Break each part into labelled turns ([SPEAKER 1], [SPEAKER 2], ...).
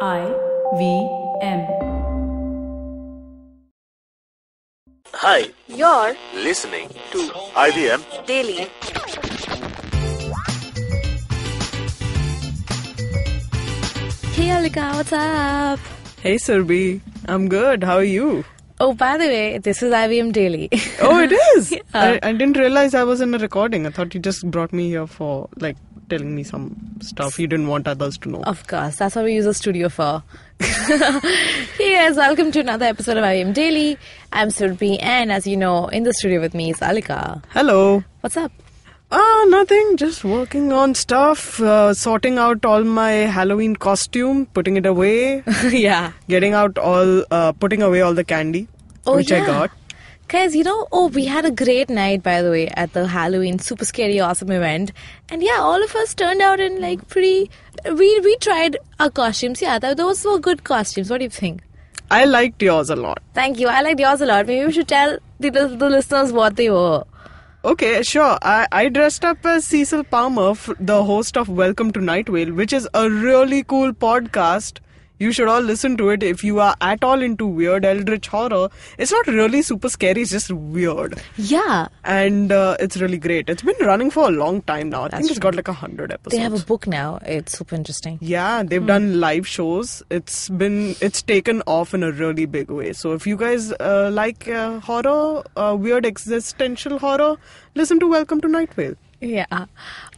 [SPEAKER 1] I V M.
[SPEAKER 2] Hi,
[SPEAKER 3] You're
[SPEAKER 2] listening to IBM.
[SPEAKER 3] daily. Hey Alika, what's up?
[SPEAKER 4] Hey, Surbi. I'm good. How are you?
[SPEAKER 3] Oh, by the way, this is IBM Daily.
[SPEAKER 4] Oh, it is. I, I didn't realize I was in a recording. I thought you just brought me here for like telling me some stuff you didn't want others to know.
[SPEAKER 3] of course, that's what we use a studio for. hey guys, welcome to another episode of IBM Daily. I'm Surbhi, and as you know, in the studio with me is Alika.
[SPEAKER 4] Hello.
[SPEAKER 3] What's up?
[SPEAKER 4] Ah, nothing. Just working on stuff, uh, sorting out all my Halloween costume, putting it away,
[SPEAKER 3] yeah.
[SPEAKER 4] getting out all, uh, putting away all the candy
[SPEAKER 3] Oh,
[SPEAKER 4] which
[SPEAKER 3] yeah.
[SPEAKER 4] I got.
[SPEAKER 3] Guys, you know, oh, we had a great night, by the way, at the Halloween super scary awesome event, and yeah, all of us turned out in like pretty. We we tried our costumes. Yeah, th- those were good costumes. What do you think?
[SPEAKER 4] I liked yours a lot.
[SPEAKER 3] Thank you. I liked yours a lot. Maybe we should tell the, the, the listeners what they were.
[SPEAKER 4] Okay, sure. I, I dressed up as Cecil Palmer, f- the host of Welcome to Night Vale, which is a really cool podcast. You should all listen to it if you are at all into weird eldritch horror. It's not really super scary, it's just weird.
[SPEAKER 3] Yeah,
[SPEAKER 4] And uh, it's really great. It's been running for a long time now. I think it's
[SPEAKER 3] true.
[SPEAKER 4] got like a 100 episodes.
[SPEAKER 3] they have a Hmm. book now. It's super interesting.
[SPEAKER 4] Yeah, they've done live shows. It's been it's taken off in a really big way. So if you guys uh, like uh, horror, uh, weird existential horror, listen to Welcome to Night Vale.
[SPEAKER 3] Yeah.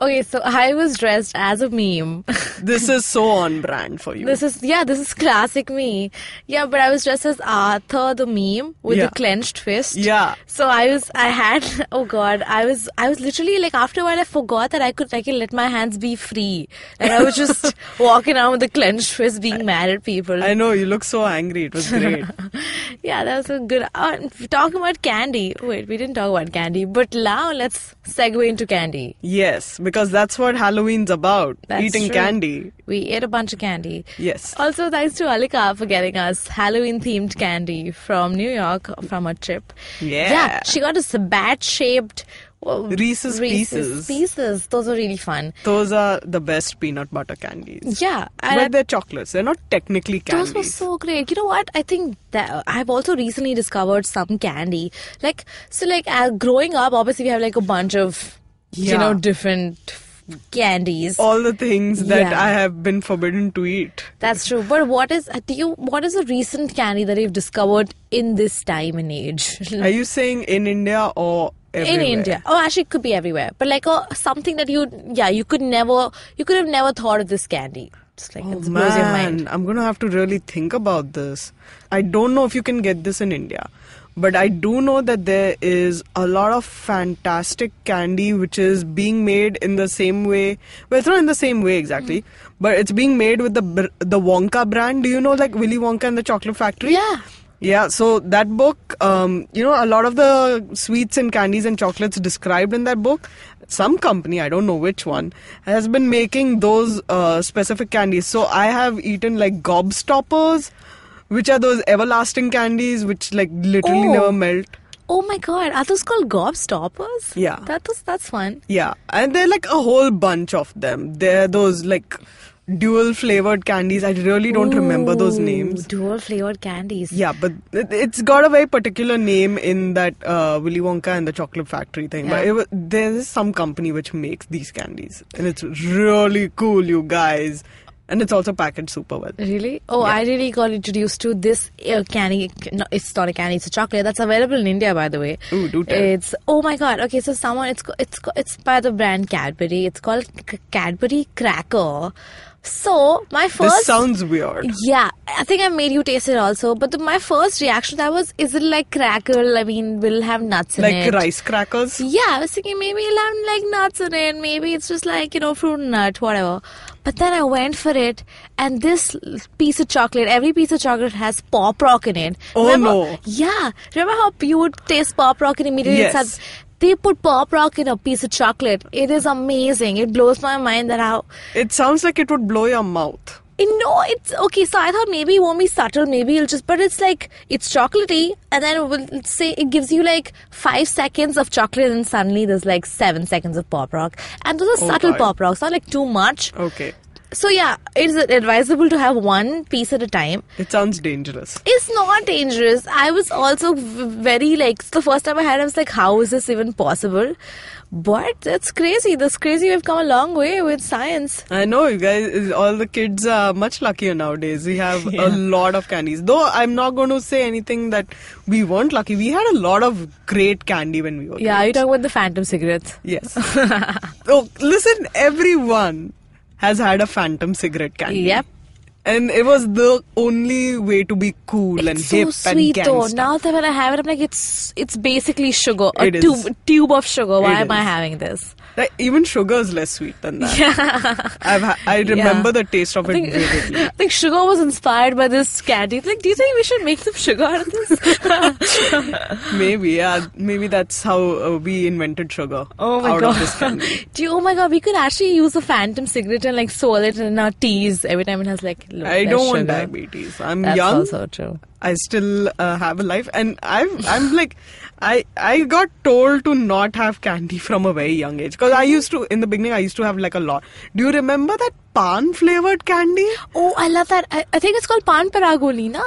[SPEAKER 3] Okay, so I was dressed as a meme.
[SPEAKER 4] This is so on brand for you.
[SPEAKER 3] This is yeah, this is classic me. Yeah, but I was dressed as Arthur the meme with the
[SPEAKER 4] Yeah.
[SPEAKER 3] clenched fist.
[SPEAKER 4] Yeah.
[SPEAKER 3] So I was I had oh god, I was I was literally like after a while I forgot that I could like let my hands be free. Like I was just walking around with the clenched fist being mad at people.
[SPEAKER 4] I know you look so angry. It was great.
[SPEAKER 3] yeah, that was a good uh, talking about candy. Wait, we didn't talk about candy, but now let's segue into candy.
[SPEAKER 4] yes, because that's what Halloween's about.
[SPEAKER 3] That's
[SPEAKER 4] eating
[SPEAKER 3] true. Uh,
[SPEAKER 4] candy.
[SPEAKER 3] We ate a bunch of candy.
[SPEAKER 4] Yes.
[SPEAKER 3] Also, thanks to Alika for getting us Halloween themed candy from New York from a trip.
[SPEAKER 4] Yeah.
[SPEAKER 3] Yeah. She got us bat shaped
[SPEAKER 4] Reese's
[SPEAKER 3] Reese's
[SPEAKER 4] Pieces.
[SPEAKER 3] pieces. Those were really fun.
[SPEAKER 4] Those are the best peanut butter candies.
[SPEAKER 3] Yeah. and I-
[SPEAKER 4] But they're chocolates. They're not technically candies.
[SPEAKER 3] those were so great. You know what? I think that I've also recently discovered some candy. Like, so, like, uh, growing up, obviously, we have like a bunch of, you
[SPEAKER 4] Yeah. Oh.
[SPEAKER 3] know, different candies.
[SPEAKER 4] All the things that
[SPEAKER 3] Yeah.
[SPEAKER 4] I have been forbidden to eat.
[SPEAKER 3] That's true. But what is do you what is a recent candy that you've discovered in this time and age?
[SPEAKER 4] Are you saying in India or
[SPEAKER 3] in
[SPEAKER 4] everywhere?
[SPEAKER 3] India. Oh, actually it could be everywhere. But like oh, something that you yeah, you could never you could have never thought of this candy. Just like
[SPEAKER 4] Oh,
[SPEAKER 3] it blows your mind.
[SPEAKER 4] man, I'm gonna have to really think about this. I don't know if you can get this in India, but I do know that there is a lot of fantastic candy which is being made in the same way. Well, it's not in the same way exactly,
[SPEAKER 3] Hmm.
[SPEAKER 4] but it's being made with the br- the Wonka brand. Do you know like Willy Wonka and the Chocolate Factory?
[SPEAKER 3] Yeah.
[SPEAKER 4] Yeah, so that book, um, you know, a lot of the sweets and candies and chocolates described in that book, some company, I don't know which one, has been making those uh, specific candies. So I have eaten like gobstoppers, which are those everlasting candies which like literally
[SPEAKER 3] Oh.
[SPEAKER 4] never melt.
[SPEAKER 3] Oh my god, are those called gobstoppers?
[SPEAKER 4] Yeah.
[SPEAKER 3] That was that's fun.
[SPEAKER 4] Yeah, and they're like a whole bunch of them. They're those like dual flavored candies. I really don't remember those
[SPEAKER 3] Ooh,
[SPEAKER 4] names.
[SPEAKER 3] Dual flavored candies.
[SPEAKER 4] Yeah, but it- it's got a very particular name in that uh, Willy Wonka and the Chocolate Factory thing. But
[SPEAKER 3] Yeah.
[SPEAKER 4] it was, there is some company which makes these candies, and it's really cool, you guys. And it's also packaged super well.
[SPEAKER 3] Really? Oh, I really got introduced to this uh, candy. No, it's not a candy. It's a chocolate that's available in India, by the way.
[SPEAKER 4] Ooh, do tell.
[SPEAKER 3] It's oh my god. Okay, so someone it's co- it's co- it's by the brand Cadbury. It's called C- Cadbury Cracker. So my first
[SPEAKER 4] This sounds weird.
[SPEAKER 3] yeah, I think I made you taste it also. But the, my first reaction that was, is it like crackle? I mean, will it have nuts in
[SPEAKER 4] Like
[SPEAKER 3] it.
[SPEAKER 4] rice crackers.
[SPEAKER 3] Yeah, I was thinking maybe it'll have like nuts in it. Maybe it's just like, you know, fruit nut, whatever. But then I went for it, and this l- piece of chocolate, every piece of chocolate has pop rock in it.
[SPEAKER 4] Oh,
[SPEAKER 3] remember,
[SPEAKER 4] no.
[SPEAKER 3] Yeah. Remember how you would taste pop rock and immediately it
[SPEAKER 4] Yes.
[SPEAKER 3] starts. They put pop rock in a piece of chocolate. It is amazing. It blows my mind that how
[SPEAKER 4] It sounds like it would blow your mouth.
[SPEAKER 3] it, Eh, no, it's okay. So I thought maybe it won't be subtle. Maybe it'll just, but it's like it's chocolatey, and then it will let's say it gives you like five seconds of chocolate, and suddenly there's like seven seconds of pop rock, and those are
[SPEAKER 4] Oh,
[SPEAKER 3] subtle
[SPEAKER 4] God.
[SPEAKER 3] pop rocks, not like too much.
[SPEAKER 4] Okay.
[SPEAKER 3] So yeah, it's advisable to have one piece at a time.
[SPEAKER 4] It sounds dangerous.
[SPEAKER 3] It's not dangerous. I was also v- very like the first time I had, it, I was like, how is this even possible? But that's crazy. That's crazy. We've come a long way with science.
[SPEAKER 4] I know you guys. All the kids are much luckier nowadays. We have a lot of candies. Though I'm not going to say anything that we weren't lucky. We had a lot of great candy when we were.
[SPEAKER 3] Yeah, you
[SPEAKER 4] kids.
[SPEAKER 3] talking about the phantom cigarettes?
[SPEAKER 4] Yes. oh, listen, everyone has had a phantom cigarette candy.
[SPEAKER 3] Yep.
[SPEAKER 4] And it was the only way to be cool and
[SPEAKER 3] it's so
[SPEAKER 4] hip
[SPEAKER 3] sweet
[SPEAKER 4] and
[SPEAKER 3] though.
[SPEAKER 4] gangsta.
[SPEAKER 3] Now that when I have it, I'm like, it's it's basically sugar. A
[SPEAKER 4] It is.
[SPEAKER 3] tube, tube of sugar. Why
[SPEAKER 4] It
[SPEAKER 3] am I
[SPEAKER 4] is.
[SPEAKER 3] having this?
[SPEAKER 4] Like, even sugar is less sweet than that. I've ha- I remember the taste of
[SPEAKER 3] I
[SPEAKER 4] it
[SPEAKER 3] think,
[SPEAKER 4] vividly.
[SPEAKER 3] I think sugar was inspired by this candy. It's Like, do you think we should make some sugar out of this?
[SPEAKER 4] Maybe, yeah. Maybe that's how uh, we invented sugar.
[SPEAKER 3] oh my
[SPEAKER 4] out
[SPEAKER 3] god!
[SPEAKER 4] Of this candy.
[SPEAKER 3] do you, oh my god! We could actually use a phantom cigarette and like swirl it in our teas every time it has like. low-
[SPEAKER 4] I
[SPEAKER 3] less
[SPEAKER 4] don't want
[SPEAKER 3] sugar.
[SPEAKER 4] diabetes. I'm
[SPEAKER 3] That's
[SPEAKER 4] young.
[SPEAKER 3] also true.
[SPEAKER 4] I still uh, have a life, and I've, I'm like, I I got told to not have candy from a very young age because I used to in the beginning I used to have like a lot. Do you remember that pan flavored candy?
[SPEAKER 3] Oh, I love that. I, I think it's called pan paragoli, na?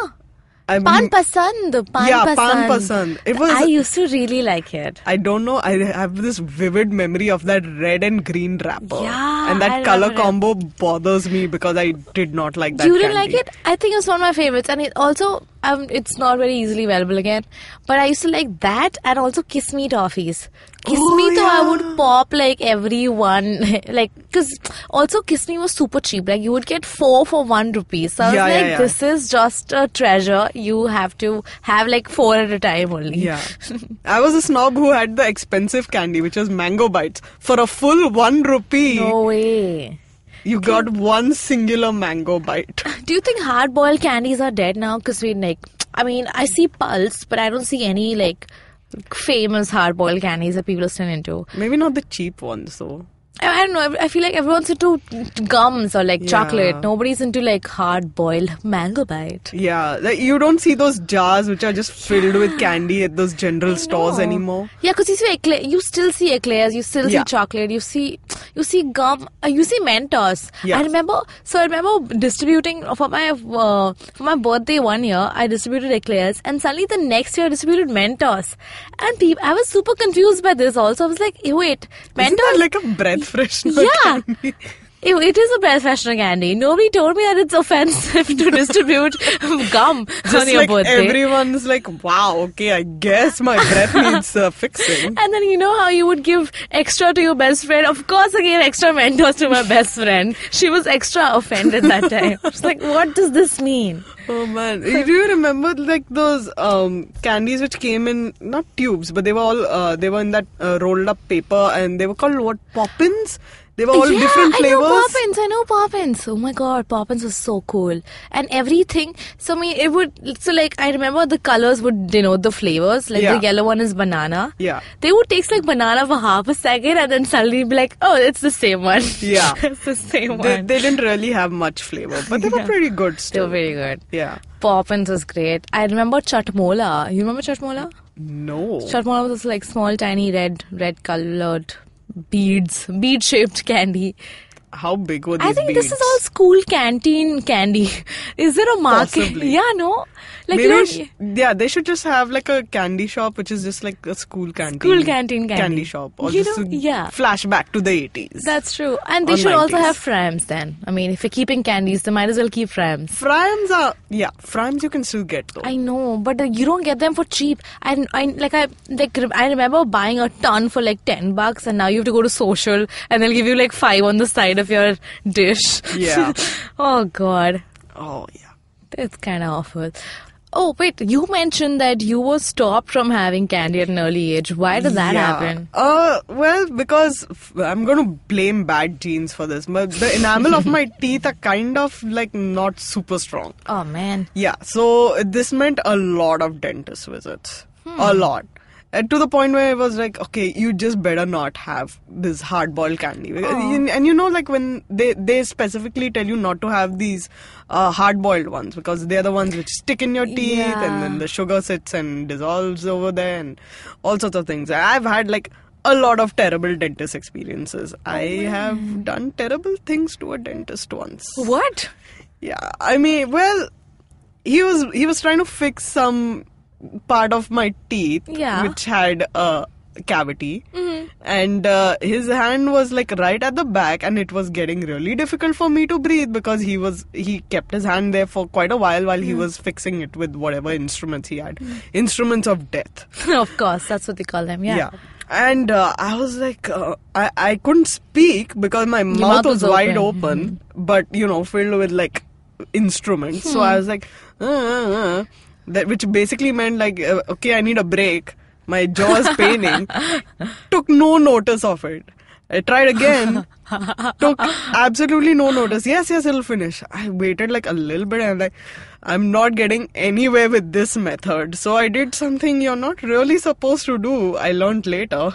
[SPEAKER 4] I
[SPEAKER 3] Pan pasand. Pan
[SPEAKER 4] Yeah,
[SPEAKER 3] pasand.
[SPEAKER 4] pan pasand. It was-
[SPEAKER 3] I used to really like it.
[SPEAKER 4] I don't know. I have this vivid memory of that red and green wrapper.
[SPEAKER 3] Yeah,
[SPEAKER 4] and
[SPEAKER 3] I
[SPEAKER 4] that color
[SPEAKER 3] remember it.
[SPEAKER 4] combo bothers me because I did not like that.
[SPEAKER 3] you didn't
[SPEAKER 4] candy.
[SPEAKER 3] like it? I think it was one of my favorites, and it also um, it's not very easily available again. But I used to like that, and also Kiss Me Toffees. Kiss
[SPEAKER 4] Oh,
[SPEAKER 3] Me, though, I
[SPEAKER 4] yeah.
[SPEAKER 3] would pop like every one, like because also Kiss Me was super cheap. Like you would get four for one rupee. So I was
[SPEAKER 4] Yeah, yeah,
[SPEAKER 3] like,
[SPEAKER 4] yeah.
[SPEAKER 3] this is just a treasure. You have to have like four at a time only.
[SPEAKER 4] Yeah. I was a snob who had the expensive candy, which was mango bites. For a full one rupee,
[SPEAKER 3] No way.
[SPEAKER 4] you got one singular mango bite.
[SPEAKER 3] Do you think hard boiled candies are dead now? Because we like, I mean, I see Pulse, but I don't see any like famous hard boiled candies that people are still into.
[SPEAKER 4] Maybe not the cheap ones, though.
[SPEAKER 3] I, I don't know. I, I feel like everyone's into gums or like
[SPEAKER 4] Yeah.
[SPEAKER 3] chocolate. Nobody's into like hard boiled mango bite.
[SPEAKER 4] Yeah, like, you don't see those jars which are just filled with candy at those general stores
[SPEAKER 3] No.
[SPEAKER 4] anymore.
[SPEAKER 3] Yeah, because you see eclair, you still see eclairs, you still
[SPEAKER 4] Yeah.
[SPEAKER 3] see chocolate, you see, you see gum, uh, you see Mentos.
[SPEAKER 4] Yeah.
[SPEAKER 3] I remember, so I remember distributing for my uh, for my birthday one year, I distributed eclairs, and suddenly the next year I distributed Mentos, and peop I was super confused by this. Also, I was like, "Eh, wait,
[SPEAKER 4] Isn't
[SPEAKER 3] Mentos.
[SPEAKER 4] that like a breath freshener?
[SPEAKER 3] Yeah.
[SPEAKER 4] candy?
[SPEAKER 3] Ew, it is a breath freshener candy. Nobody told me that it's offensive to distribute gum on
[SPEAKER 4] Just
[SPEAKER 3] your
[SPEAKER 4] like
[SPEAKER 3] birthday.
[SPEAKER 4] everyone's like, wow, okay, I guess my breath needs uh, fixing.
[SPEAKER 3] And then you know how you would give extra to your best friend. Of course, I gave extra Mentos to my best friend. She was extra offended that time. She's like, "What does this mean?"
[SPEAKER 4] Oh man, do you remember like those um, candies which came in not tubes, but they were all uh, they were in that uh, rolled up paper, and they were called what poppins? They were all
[SPEAKER 3] yeah,
[SPEAKER 4] different flavors.
[SPEAKER 3] I know Poppins. I know Poppins. Oh my god, Poppins was so cool. And everything. So I mean, it would. So like, I remember the colors would denote the flavors. Like the
[SPEAKER 4] Yeah.
[SPEAKER 3] yellow one is banana.
[SPEAKER 4] Yeah.
[SPEAKER 3] They would taste like banana for half a second, and then suddenly be like, "Oh, it's the same one."
[SPEAKER 4] Yeah.
[SPEAKER 3] it's the same
[SPEAKER 4] They,
[SPEAKER 3] one.
[SPEAKER 4] they didn't really have much flavor, but they were
[SPEAKER 3] Yeah.
[SPEAKER 4] pretty good
[SPEAKER 3] they were
[SPEAKER 4] still.
[SPEAKER 3] very good.
[SPEAKER 4] yeah.
[SPEAKER 3] Poppins was great. I remember Chatmola. You remember Chatmola?
[SPEAKER 4] No.
[SPEAKER 3] Chatmola was this like small, tiny red, red colored beads, bead shaped candy.
[SPEAKER 4] How big were these
[SPEAKER 3] I think this is
[SPEAKER 4] beads?
[SPEAKER 3] all school canteen candy. Is there a market?
[SPEAKER 4] Possibly.
[SPEAKER 3] Yeah, no? Like,
[SPEAKER 4] Maybe
[SPEAKER 3] you know,
[SPEAKER 4] we sh- yeah, they should just have like a candy shop, which is just like a school canteen.
[SPEAKER 3] School canteen candy.
[SPEAKER 4] shop, or
[SPEAKER 3] You
[SPEAKER 4] just
[SPEAKER 3] know,
[SPEAKER 4] a
[SPEAKER 3] yeah.
[SPEAKER 4] flashback to the eighties.
[SPEAKER 3] that's true. And they
[SPEAKER 4] Or
[SPEAKER 3] should also
[SPEAKER 4] 90s.
[SPEAKER 3] have Frams then. I mean, if you're keeping candies, they might as well keep Frams.
[SPEAKER 4] Frimes are yeah, frimes you can still get though.
[SPEAKER 3] I know, but uh, you don't get them for cheap. I, I like I like re- I remember buying a ton for like ten bucks, and now you have to go to social, and they'll give you like five on the side of your dish.
[SPEAKER 4] Yeah.
[SPEAKER 3] oh God,
[SPEAKER 4] oh yeah.
[SPEAKER 3] that's kind of awful. Oh wait, you mentioned that you were stopped from having candy at an early age. Why did that
[SPEAKER 4] Yeah.
[SPEAKER 3] happen?
[SPEAKER 4] Uh, well, because f- I'm going to blame bad genes for this. But the enamel of my teeth are kind of like not super strong.
[SPEAKER 3] Oh man.
[SPEAKER 4] Yeah, so this meant a lot of dentist visits. A lot. And to the point where I was like, okay, you just better not have this hard boiled candy. And, and you know, like when they, they specifically tell you not to have these uh, hard boiled ones because they're the ones which stick in your teeth
[SPEAKER 3] Yeah.
[SPEAKER 4] and then the sugar sits and dissolves over there and all sorts of things. I've had like a lot of terrible dentist experiences. I have done terrible things to a dentist once.
[SPEAKER 3] What?
[SPEAKER 4] Yeah, I mean, well, he was he was trying to fix some part of my teeth,
[SPEAKER 3] Yeah. Mm-hmm.
[SPEAKER 4] which had a cavity, and uh, his hand was like right at the back, and it was getting really difficult for me to breathe because he was he kept his hand there for quite a while while
[SPEAKER 3] Mm.
[SPEAKER 4] he was fixing it with whatever instruments he had, instruments of death.
[SPEAKER 3] of course, that's what they call them. Mm. Yeah.
[SPEAKER 4] And uh, I was like, uh, I, I couldn't speak because my mouth,
[SPEAKER 3] mouth
[SPEAKER 4] was,
[SPEAKER 3] was
[SPEAKER 4] wide
[SPEAKER 3] open. Mm-hmm.
[SPEAKER 4] open, but you know, filled with like instruments. So
[SPEAKER 3] Hmm.
[SPEAKER 4] I was like, uh, uh, uh, that which basically meant like, uh, okay, I need a break. My jaw is paining. Took no notice of it. I tried again. Took absolutely no notice. Yes, yes, it'll finish. I waited like a little bit and like, I'm not getting anywhere with this method. So I did something you're not really supposed to do. I learned later.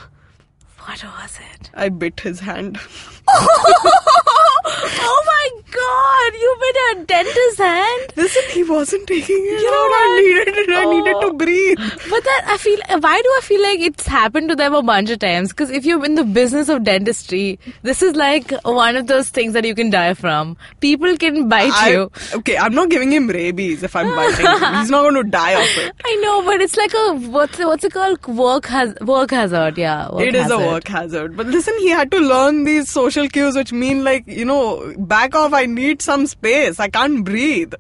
[SPEAKER 3] What was it?
[SPEAKER 4] I bit his hand.
[SPEAKER 3] oh my god! You bit a dentist's hand.
[SPEAKER 4] Listen, he wasn't taking it
[SPEAKER 3] You know
[SPEAKER 4] out. I
[SPEAKER 3] what?
[SPEAKER 4] needed it. I needed to
[SPEAKER 3] Oh.
[SPEAKER 4] breathe.
[SPEAKER 3] But that I feel. Why do I feel like it's happened to them a bunch of times? Because if you're in the business of dentistry, this is like one of those things that you can die from. People can bite
[SPEAKER 4] I,
[SPEAKER 3] you.
[SPEAKER 4] okay, I'm not giving him rabies if I'm biting him. He's not going to die of it.
[SPEAKER 3] I know, but it's like a what's what's it called? Work has work hazard. Yeah, work
[SPEAKER 4] It is a work hazard. But listen, he had to learn these social cues, which mean like, you know, back off, I need some space. I can't breathe.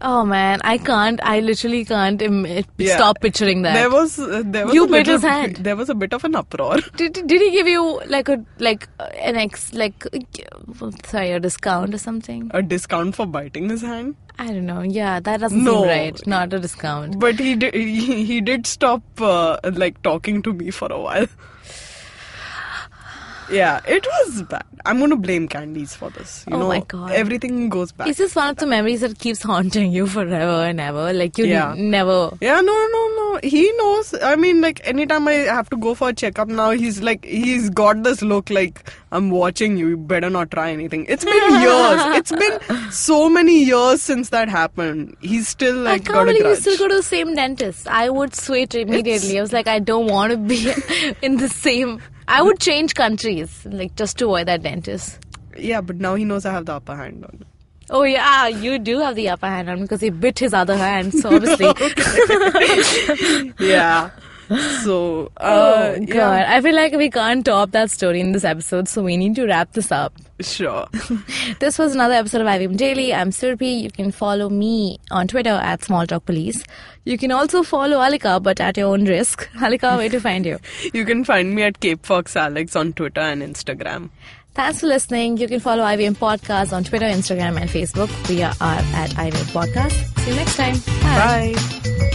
[SPEAKER 3] Oh man, I can't. I literally can't Im-
[SPEAKER 4] Yeah.
[SPEAKER 3] stop picturing that.
[SPEAKER 4] There was, uh, there was
[SPEAKER 3] You
[SPEAKER 4] a
[SPEAKER 3] bit
[SPEAKER 4] little,
[SPEAKER 3] his hand.
[SPEAKER 4] There was a bit of an uproar.
[SPEAKER 3] did, did he give you like a like uh, an ex like uh, sorry a discount or something?
[SPEAKER 4] A discount for biting his hand.
[SPEAKER 3] I don't know. Yeah, that doesn't
[SPEAKER 4] No.
[SPEAKER 3] seem right. Not a discount.
[SPEAKER 4] But he did, he, he did stop uh, like talking to me for a while. Yeah, it was bad. I'm gonna blame Candies for this. You
[SPEAKER 3] Oh
[SPEAKER 4] know,
[SPEAKER 3] my God.
[SPEAKER 4] everything goes back.
[SPEAKER 3] Is this one of the memories that keeps haunting you forever and ever? Like you
[SPEAKER 4] Yeah.
[SPEAKER 3] n- never.
[SPEAKER 4] Yeah, no, no, no, no. He knows. I mean, like, anytime I have to go for a checkup now, he's like, he's got this look like, I'm watching you. You better not try anything. It's been years. It's been so many years since that happened. He's still like,
[SPEAKER 3] I can't
[SPEAKER 4] got a
[SPEAKER 3] believe you
[SPEAKER 4] grudge.
[SPEAKER 3] still go to the same dentist. I would switch immediately. I was like, I don't want to be in the same. I would change countries, like just to avoid that dentist.
[SPEAKER 4] yeah, but now he knows I have the upper hand on. it.
[SPEAKER 3] Oh yeah, you do have the upper hand on because he bit his other hand. So obviously,
[SPEAKER 4] Yeah. So,
[SPEAKER 3] oh
[SPEAKER 4] uh,
[SPEAKER 3] god,
[SPEAKER 4] yeah,
[SPEAKER 3] I feel like we can't top that story in this episode. So we need to wrap this up.
[SPEAKER 4] sure.
[SPEAKER 3] This was another episode of IBM Daily. I'm Surbi. You can follow me on Twitter at Small Talk Police. You can also follow Alika, but at your own risk. Alika, where to find you?
[SPEAKER 4] You can find me at Cape Fox Alex on Twitter and Instagram.
[SPEAKER 3] Thanks for listening. You can follow IBM Podcast on Twitter, Instagram, and Facebook. We are at IBM Podcast. See you next time. Bye.
[SPEAKER 4] Bye.